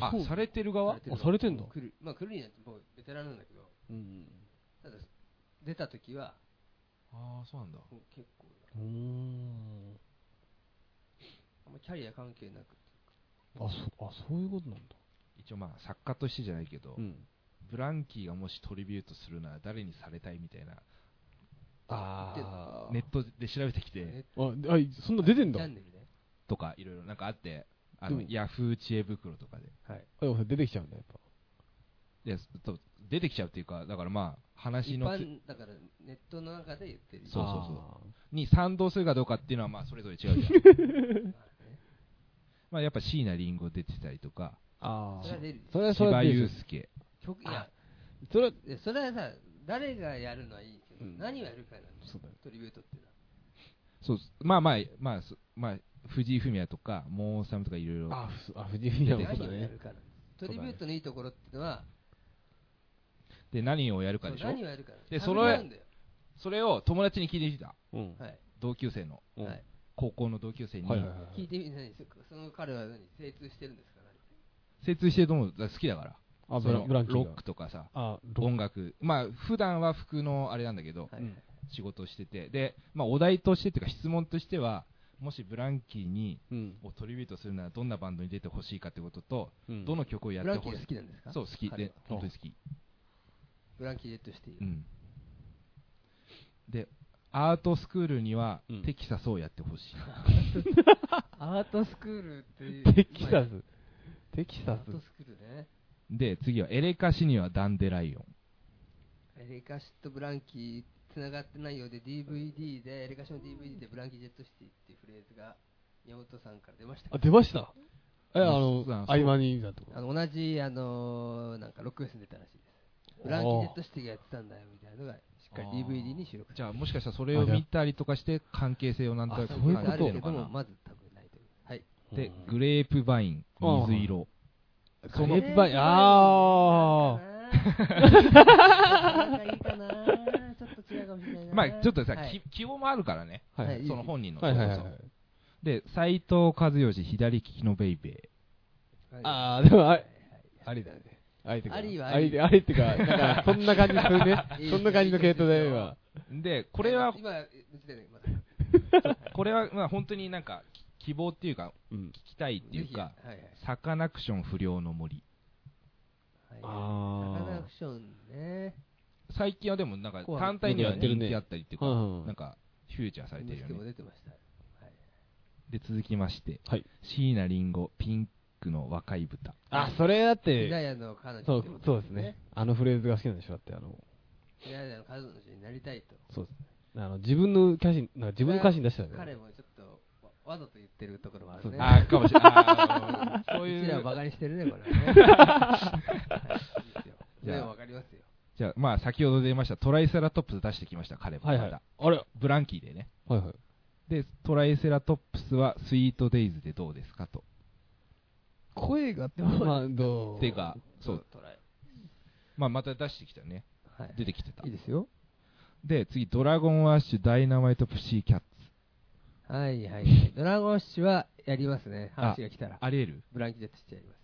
らあそうされてる側あされてんだくるまあくるりなんて僕ベテランなんだけどうん。ただ出た時はああそうなんだもう結構うーん。あんまキャリア関係なくあ、そ、あ、そういうことなんだ。一応まあ作家としてじゃないけど、うん。ブランキーがもしトリビュートするなら誰にされたいみたいなあーネットで調べてきネッてあ、あ、そんな出てんチャだン。ネルでとかいろいろなんかあってあの、うんヤフー知恵袋とかではいあ、でも出てきちゃうんだ、やっぱ。でそう出てきちゃうっていうかだからまあ話一のつ般だからネットの中で言ってるそうそうそうあに賛同するかどうかっていうのはまあそれぞれ違うじゃん *laughs* まあやっぱ椎名林檎出てたりとかあー。それは出るそれはそ千れは葉出雄る。介曲いやそれは、いやそれはさ誰がやるのはいいけど、うん何をやるかなんだよそうだよ。トリビュートっていうのはそうまあまあまあそまあ藤井フミヤとかモーサムとかいろいろあ、ふあ、藤井フミヤもそう何だをやねる。かなんだよトリビュートのいいところっていうのはで何をやるかでしそうょ何をやるかなんだよで探りそれなんだよそれを友達に聞いてきたうん。はい、同級生のうんはい、高校の同級生に、はいはいは聞い。いてみないその彼は何精通してるんですか何精通してると思うだから好きだからあ、そブラのブランキーロがックとかさあ、ロッ音楽まあ普段は服のあれなんだけど、はい、うん仕事をしててで、まあ、お題としてっていうか質問としてはもしブランキーにク。うん。をトリビュートするならどんなバンドに出てほしいかってことと、うんどの曲をやっブてランキほーしが好いきなんですかそう好き彼はで本当に好き、ブランキー・レッドシティ、うん、でアートスクールにはうんテキサスをやってほしい、アートスクールっていうテキサス。テキアサートス。スクールねで次はエレカシにはダンデライオンエレカシとブランキーつながってないようで DVD でエレカシの DVD でブランキー・ジェットシティっていうフレーズが宮本さんから出ましたあ、出ました。え、あうのんそう、合間にだとあの同じあのーなんかロックフェスに出たらしいですブランキー・ジェットシティがやってたんだよみたいなのがしっかり DVD に収録じゃあもしかしたらそれを見たりとかして関係性をなんとなくあ感そういうこじてとあるるけのかどもなまず多分ないと思いますはいでうんグレープバイン水色そのグレープバインああいいかなちょっと違うかもしれないなま *laughs* あちょっとさ、はいき希望もあるからねはいははいいその本人のはいはいはいそうそうで斎藤和義左利きのベイベーあああでもありありだねありってかありはありでありってかなんかそんな感じするね *laughs* そんな感じの系統だよ今でこれは今うちでねまだこれはまあ本当になんかき希望っていうかうん聞きたいっていうかぜひはいはいサカナクション不良の森はいあーサカナクションね最近はでもなんか紅白単体にはやってる人ね気あったりっていうか、うんうんなんかフューチャーされてる息子よもね出てましたはいで続きましてはい椎名林檎ピンクの若い豚あそれだっヒラてヤの彼女そうってことそうですねあのフレーズが好きなんでしょだってあのヒラヤの彼女になりたいとそうですねあの自分の歌詞なんか自分の歌詞に出したよね彼もちょっとわわざと言ってるところもあそるうねあーかもしれないあー。そうういちらをう。バカにしてるね *laughs* これはねはいいいですよじゃあでもわかりますよじゃあ、まあ、先ほど出ました、トライセラトップス出してきました、彼もまはいた。はいあれはいブランキーでね。はいで、トライセラトップスは、スイートデイズでどうですかと。声がまあどうてか、そう、トライまあ、また出してきたね。はい出てきてたいい。ですよで、次、ドラゴンアッシュ、ダイナマイト、プシーキャッツ。はいはいはいドラゴン氏はやりますねあ話が来たらありえるブランキージェットしてやります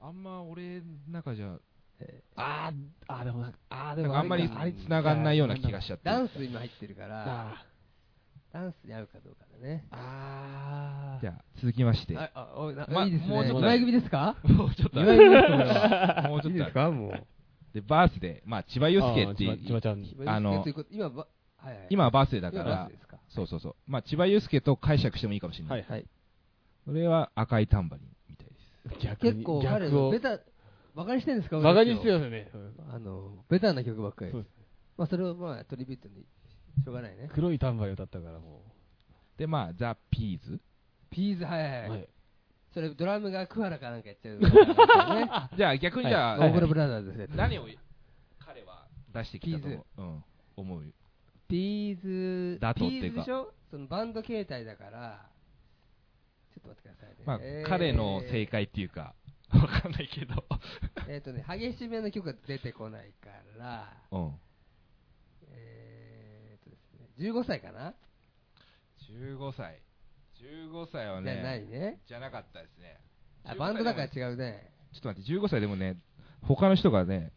あんま俺の中じゃ、えあーあーでもなんかあーでなんもかあんまりあれか繋がんないような気がしちゃっーて。ダンス今入ってるからあダンスに合うかどうかだねーあーじゃあ、続きまして。ああおなまいいですもうちねょっと前組ですかもうちょっとあ岩井組ですかる。もうちょっとあるかもうでで、バースデー、まあ、千葉祐介っていあーちばちばう、ちゃん。あのということ今ば、はいはい、今はバースデーだか今バーらスデーですか、そうそうそう、まあ、千葉祐介と解釈してもいいかもしれない。はいはい、それは赤いタンバリンみたいです。逆に結構彼逆をベ。タバカにしてるんですかバカにしてるますよね。うんあのベタな曲ばっかりそでうすですまあそれをまあトリビュートにしょうがないね黒いタンバリンを歌ったからもで、まあ、ザ・ピーズ。ピーズはいはう。い、ははい、い。それドラムがクワラかなんかやっちゃうねじゃあ、逆に *laughs* じゃあ、大黒ブラザーズですね何を彼は出してきたと思う,、うん、思うよピーズだとっていうピかーズでしょそのバンド形態だからちょっと待ってくださいね、まあえ、ー彼の正解っていうか、 *laughs* わかんないけ *laughs* ど、えっ、とね激しめの曲が出てこないからうん、えーっとですね15歳かな、 15歳、15歳はじねゃないねじゃなかったですね、あバンドだから違うねちょっと待って、15歳でもね、他の人がね、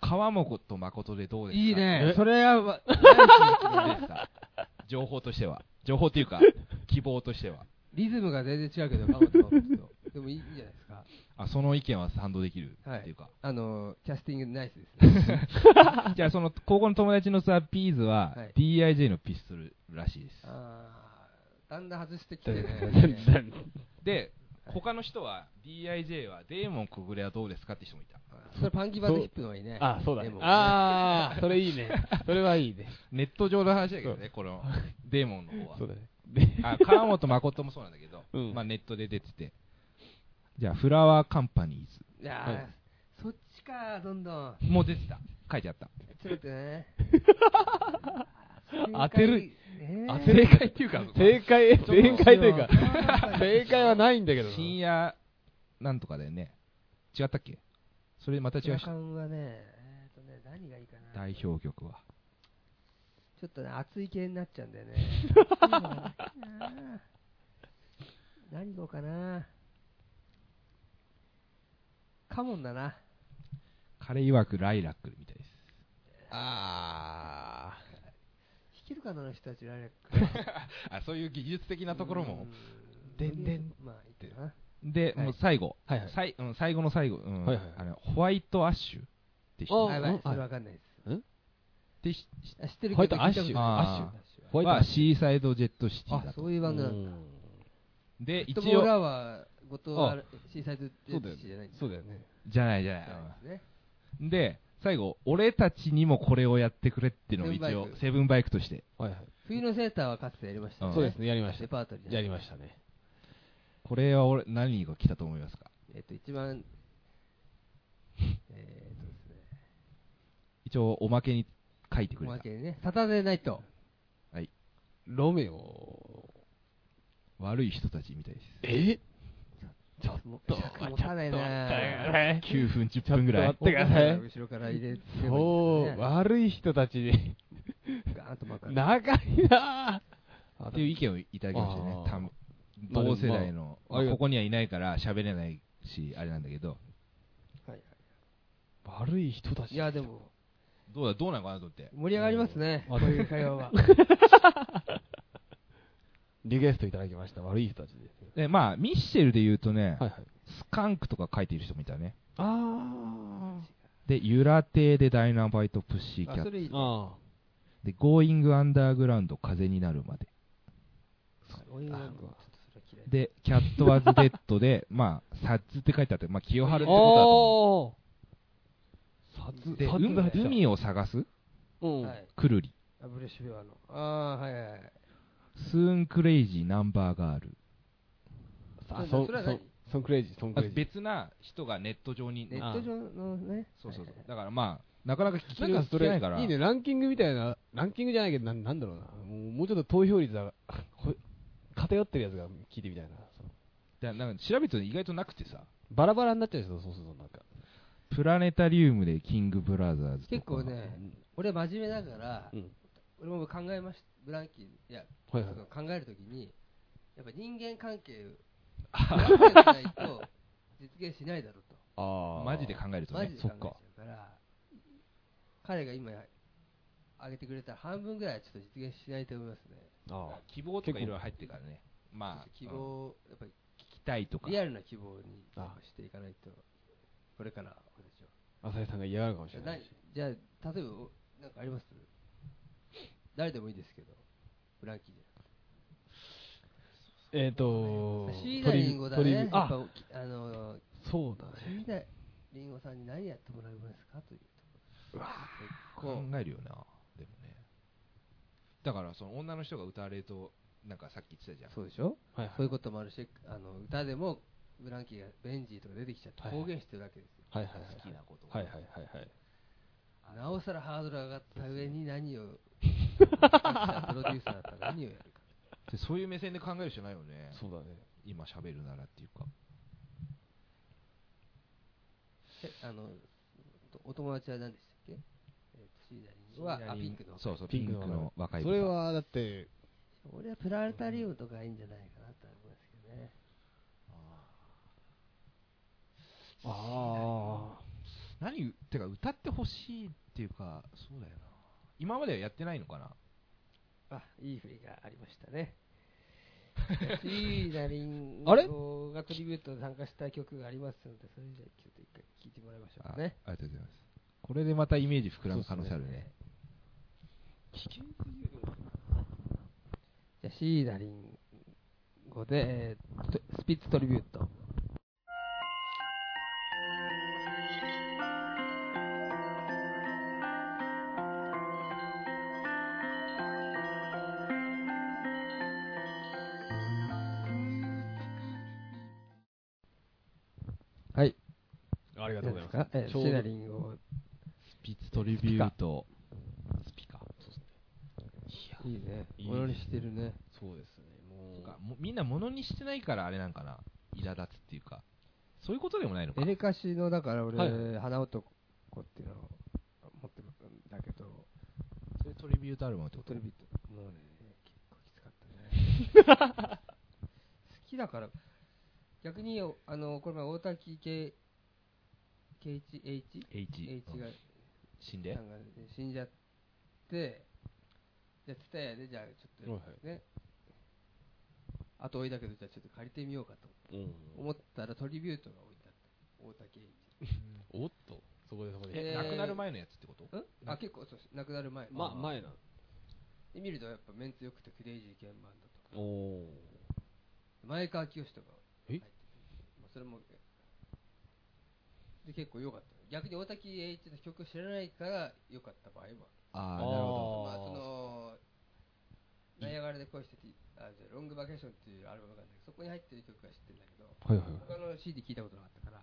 川本と誠でどうですかいいねえそれはわどうですか情報としては、情報ってい *laughs* うか、希望としては、リズムが全然違うけどカモとマモとでもいいいい *laughs* じゃないですかあその意見は賛同できるっていうか、あのキャスティングナイスですねじゃあ、その高校の友達のさ、ピーズははい DIJ のピストルらしいです。あーだんだん外してきてね *laughs* そで、他の人は DIJ はデーモン小暮はどうですかって人もいた。それパンキーバンドヒップの方がいいねあ、そうだでねも。ああ、それいいね。それはいいね。ネット上の話だけどね、このデーモンの方 *laughs* はそう。だね。で、あ川本誠もそうなんだけど、 *laughs* うんまあ、ネットで出てて。じゃあ、フラワーカンパニーいやー、はいそっちかどんどんズもう出てた。書いてあった。ちょっとね *laughs* 当てるね当てる正解っていうか、 *laughs* 正解、と正解というか、正正解はないんだけどな。深夜なんとかだよね。違ったっけそれまた違う夜人間はね,、えー、とね何がいいかな代表曲は。ちょっとね熱い系になっちゃうんだよね何をかなカモンだな彼曰くライラックみたいです。あ弾けるかなあの人たちられあ、そういう技術的なところも。ででんんででんんまあいいかなで、はいもう最後、はいはいさいうん最後の最後、うんはいはいあのホワイトアッシュって知ってあるーうんあやばいそれわかんないですって知知あ知ってるホワけイどト聞いたことないアッシュあホワイトアはッシュシーサイドジェットシティあだそとういうバンドなんだうんでフッ一トボー応ラーは後藤はシーサイズそうだよじゃなねいん。だそうだよね。じゃないじゃないじゃないですねうんで最後俺たちにもこれをやってくれっていうのを一セブンバ応イクセブンバイクとしてはいはい。冬のセーターはかつてやりましたよんねそうですね、やりましレた。パートリーやりまましたね。これは俺何が来たと思いますかえっと一番 *laughs* えっとですね一応おまけに書いておくれまたけにねサタデーナイトロメオ。悪い人たちみたいですえちょっもうと、持たないなね9分10分ぐらちいょっと待ってください後ろから入れてもいいそですう、ね悪い人たちに、ガーンと巻かれて長いなぁ。っていう意見をいただきましたねあーたんまあで同も世代の、まあありがとうここにはいないから喋れないしあれなんだけどはい悪い人たち。いやでもどうだどうなのかなと思って盛り上がりますねうんこういう会話 *laughs* はリクエストいただきました、悪い人たちです。でまあミッシェルで言うとね、はいはい。スカンクとか書いている人もいたねあでユラテでダイナバイトプッシーキあャッそトれいいあ。あでゴーイングアンダーグラウンド風になるまでそういうのもちょっとそれは嫌いでキャットワズデッドで *laughs* まあサッズって書いてあってまあ清あ。春ってことおだと思う殺で殺が入って海きた海を探すうん。はいくるりアブレシベアのああはいはいはいスーンクレイジーナンバーガールあそそそれはそ何ソンクレイジー、ソンクレイジー。別な人がネット上にネット上のねそうそうそうはいはいだからまあなかなか聞けるなんかそ聞けなれいからいいね、ランキングみたいな、ランキングじゃないけど、なんなんだろうな、もうもうちょっと投票率がほ偏ってるやつが聞いてみたいな、そのだからなんか調べてると意外となくてさバラバラになっちゃうでしょ、そうすると、なんか、プラネタリウムでキングブラザーズとか結構ね俺真面目だからうん、俺も考えましたブランキーいやはいはいその、考えるときにやっぱ人間関係 *laughs* をやってないと実現しないだろうとあマジで考えるとマねジで考えちゃうから彼が今挙げてくれた半分ぐらいはちょっと実現しないと思いますねあ希望とかいろいろ入ってるからねまあ希うん望やっぱり聞きたいとかリアルな希望にあしていかないとこれから俺たちはあ浅井さんが嫌がるかもしれない何しじゃあ、例えば、なんかあります誰でもいいですけど、ブランキーじえっ、ゃとん。シートナリリンゴだトね。リやっぱあおきあの、そうだシねーナリンゴさんに何やってもらえますかといううわとこ考ろ。えるよなでもねだからその女の人が歌われるとなんかさっき言ってたじゃんそうでしょはいはいそういうこともあるし、あの歌でもブランキーがベンジーとか出てきちゃってはい公言してるわけですよ。はいはい好きなことをはいはいはいはいなおさらハードル上がった上に何を、プロデューサーだったら何をやるか。でそういう目線で考える人ないよねそうだね今喋るならっていうかえあのお友達は何でしたっけ、えー、とシーダリングシーはダあリピンングクのそうそうピピンンククのの若い子そさんれはだって俺はプラネタリウムとかいいんじゃないかなと思いますけどねああ何てか歌ってほしいっていうかそうだよな今まではやってないのかなあいい振りがありました *laughs* ねシーダリンあれゴがトリビュートで参加した曲がありますのでそれじゃあちょっと一回聴いてもらいましょうかねありがとうございますこれでまたイメージ膨らむ可能性あるねじゃあシーダリンゴで、えーとスピッツトリビュートはいありがとうございます何ですかえーちょうどシーダリンゴスピッツトリビュートスピカいいねいいものにしてるねそうですねもそううかもみんな物にしてないからあれなんかな苛立つっていうかそういうことでもないのかエレカシのだから俺、はい花男っていうのを持ってるんだけどそれトリビュートアルバムってことトリビットもうね結構きつかったね *laughs* 好きだから逆にあのこれ前大滝圭圭一 H? H H が死んでさんがね死んじゃってじゃあ蔦屋でじゃあちょっとね、後追いだけどじゃあちょっと借りてみようかとうん思ったらトリビュートが置いてあった大滝圭一おっとそこでそこえでー亡くなる前のやつってことんあ結構そう亡くなる前まあ前なで見るとやっぱメンツ良くてクレイジーケンバンドとかおお前川清とかえ入っててまあそれもで結構良かった逆に大滝栄一の曲を知らないから良かった場合もあああなるほあるまあそのナイアガラで恋しててあじゃあロングバケーションっていうアルバムがあるんだけどそこに入ってる曲は知ってるんだけはどいはい他の CD 聞いたことなかったから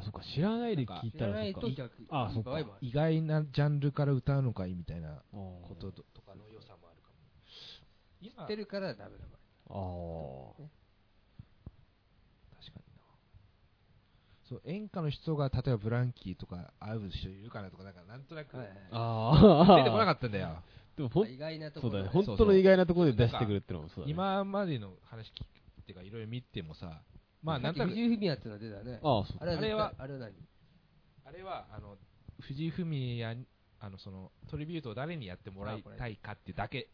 あそっか知らないで聞い知たららなそいっとか逆あいそいっ場か合もあどる意外なジャンルから歌うのかいみたいなここととととかの良さもあるかも知今ってるからダメだああ確かになそう演歌の人が例えばブランキーとか会う人いるかなとかなんかなんとなくはいはい出ああてこなかったんだよでもほん意外なとこそうろだねで本当の意外なところで出してくるってのもそうだね今までの話聞くっていうかいろいろ見てもさまあさなっんきとなく藤井フミヤっていうの出たねああそうあかれはああれはれは何あれはあの藤井フミヤにあのそのトリビュートを誰にやってもらいたいかってだけ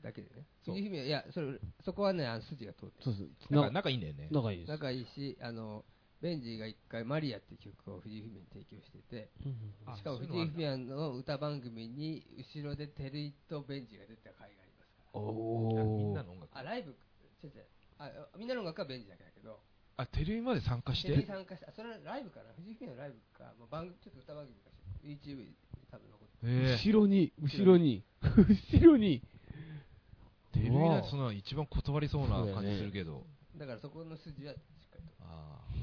だけでね。そう藤井フミヤいや、それ、そこはね、あの筋が通ってそうそうなんなか仲いいんだよね仲いいる。です仲いいし、あの、ベンジーが一回マリアっていう曲を藤井フミヤに提供してて、うんうんうんあしかもそういう藤のあ井るんフだミヤの歌番組に、後ろでテルイとベンジーが出た回がありますかおあみんおなの音楽ら。あ、ライブ、違う違う。ああみんなの音楽はベンジーだけだけど、あテレビまで参加しテレビて参加した、あそれはライブかな藤井フミヤのライブか、まあ、番組、ちょっと歌番組かしら、YouTube に多分残ってええ後ろに後ろに後ろにテレビなんてそんなの一番断りそうなそうだよ感ねじするけどるだからそこの筋はしっかりと。ああ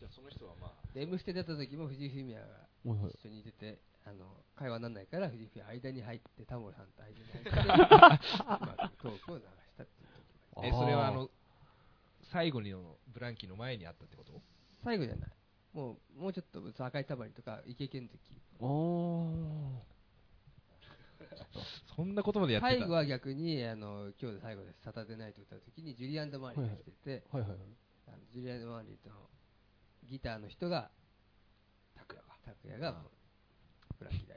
じゃあその人はまで、M ステ出た時も藤井フミヤが、おいおい一緒に出て、あの会話にならないから、藤井君、間に入って、タモリさんと間に入って、まあトークを流したっていう時もありまあえそれはあの最後にのブランキーの前にあったってことす最後じゃない、もうもうちょっと、赤いタマリとか、イケケンズキ、あーそんなことまでやって最た後は逆に、あの今日で最後です、サタデーナイト歌う時に、ジュリアン・ド・マーリーが来てて、はいはいはいあのジュリアン・ド・マーリーとギターの人が、拓也が、拓也が、ブラッキー大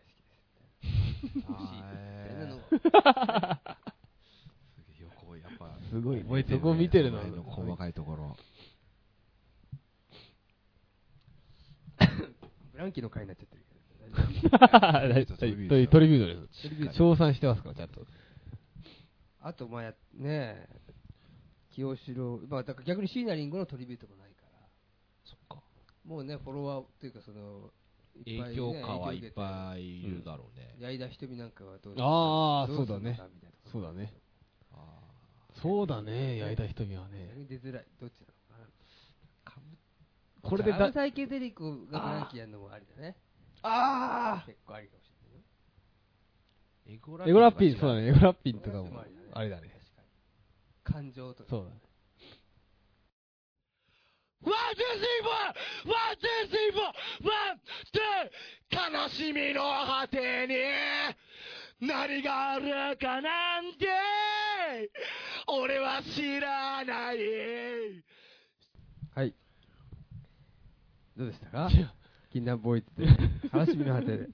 好きです *laughs* あみーたいなのを、すげえよこうやっぱすごいね覚えてる、ね、そこ見てるのその細かいところブランキーの回になっちゃってるけど。はいトトリリビビュューートトリビュートです。トリビュート称賛してますから、ちゃんと。あと、まあや、ねえ、清志郎、まあ、だから逆に椎名林檎のトリビュートもないから、そっかもうね、フォロワーというか、その、いっぱいね影響家はいっ影響を受ぱいいるだろうけねて。矢井田瞳なんかはどうあーどするそうだねのかみたいなところそうだね。あーそうだね、焼いた瞳は逆ね。に出づらい、どっちなのかな。これでダだブ、サイケデリコがブランキーやるのもありだね。あ結構ありかもしれないよ。エゴエゴラッピン、そうだねね、エゴラッピンとかもこれもありだね、あれだね。確かに。感情とか。そうだね。ワン、ツー、スリー、フォーワン、ツー、スリー、フォーワン、ツー悲しみの果てに何があるかなんて俺は知らないはい。どうでしたかいや銀杏ボーイズで。悲しみの果てで。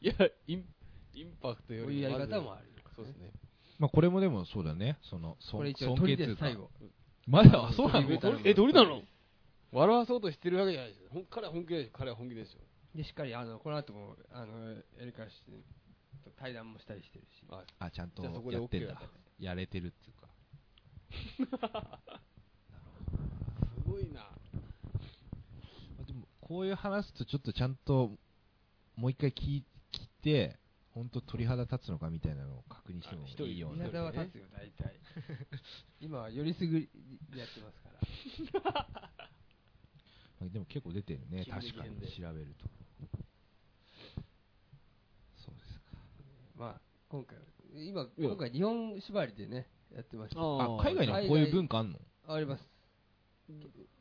いや、インインパクトこようりいうやりまず方もある。そうですね。まあこれもでもそうだねそのそこれ一応尊取敬りっていでうす、か最後。まだあそうなの鳥鳥え、どれなの笑わそうとしてるわけじゃないですよ。ほん彼は本気でしょ。彼は本気でしょ。で、しっかり、あの、この後も、あの、やり返して、対談もしたりしてるし。はいあちゃんとじゃあそこでやってん OK だだねやれてるっていうかすごいな。まあでもこういう話すとちょっとちゃんともう一回聞い聞いて本当鳥肌立つのかみたいなのを確認してもあ一人いいよう宮ねな沢は立つよ、大体。今はよりすぐりでやってますから。でも結構出てるね気分確的かににね調べるとそうですかまあ、今回は、今、いや今回日本縛りでね、やってました。ああ海外にはこういう文化あんのあります。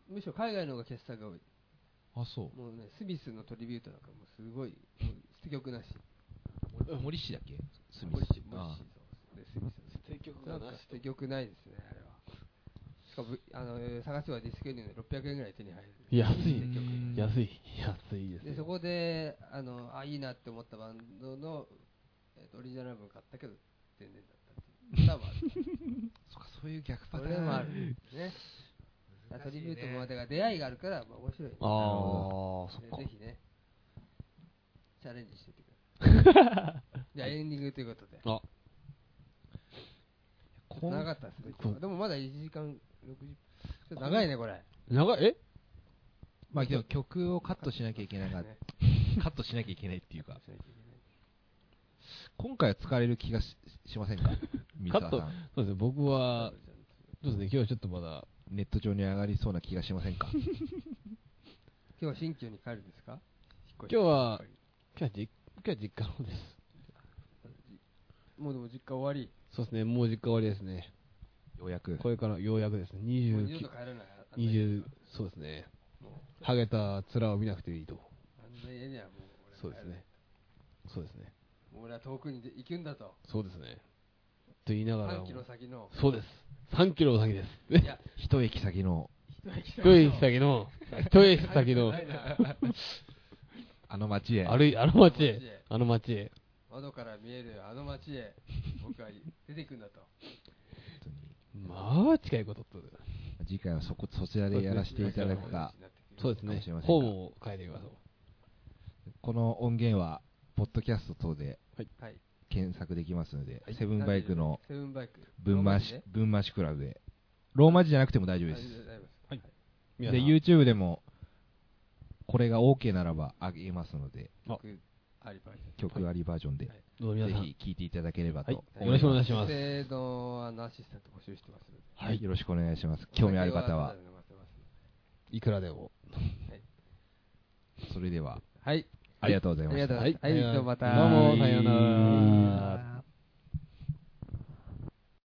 むしろ海外の方が傑作が多い。あそもうね、スミスのトリビュートなんかもすごい、出曲なし。う森氏だっけスミ森ス氏、森氏あそうですね、スミス捨のて曲ながんかなしと捨て曲ないですね、あれは。しかも、あのえー探せばディスクエニューで600円ぐらい手に入る。安うい捨て曲ん安い。安いですでよ。そこで、あのあいいなって思ったバンドの、えーとオリジナルアルバム買ったけど、全然だったっていうパターンもある。そうかそういう逆パそタれーンもあ *laughs* る。ね。トリビュートも、だから出会いがあるから、まあ、面白い。ああ、そえーっか。ぜひね、チャレンジしてみて *laughs* ください。じゃあ、エンディングということで。あ、こん長かったですね。こん今日はでもまだ1時間60分。ちょっと長いね、これ。長い、えまあでも曲をカットしなきゃいけないかねらカットしなきゃいけないっていうか今回は疲れる気がししませんか三沢さカッそんうですね、僕は、そうですね、今日はちょっとまだ、ネット上に上がりそうな気がしませんか今日は新居に帰るんですか今日は、今日は実今日は実家の方です。もうでも実家終わり。そうですね、もう実家終わりですね。よう *laughs* やくこれからようやくですね、もう二29度と帰らない。 20、そうですね、もハゲた面を見なくていいと。う、あんな家にはもう俺はそうですね。そうですね。帰る。もう俺は遠くに行くんだと。そうですね。と言いながら3もキロ先の。そうです。3キロ先です。 *laughs* いや、一駅先の一駅先一駅先の、一駅先の、あの町へあるい、あの町へ、あの町へ。窓から見えるあの街へ、僕は出てくんだと。本当にまあ、近いことと。次回はそこそちらでやらせていただくかそうですかもねしれませんが。ホームを変えてみましょう。この音源はポッドキャスト等ではい。検索できますので、セブンバイクのセブンバイク。分回し分回しクラブでローマ字じゃなくても大丈夫ですはい。皆でさん YouTube でもこれが OK ならばあげますので曲ありバイ曲ありバージョンで、はいどうも皆ぜさん、ひ聴いていただければと思います、はいよろしくお願いします制度あのアシスタント募集してますので。はいよろしくお願いします興味ある方はいくらでも。それでははい。ありがとうございあまりがしとたうございます。はい、どうもまた。どうも、さようなら。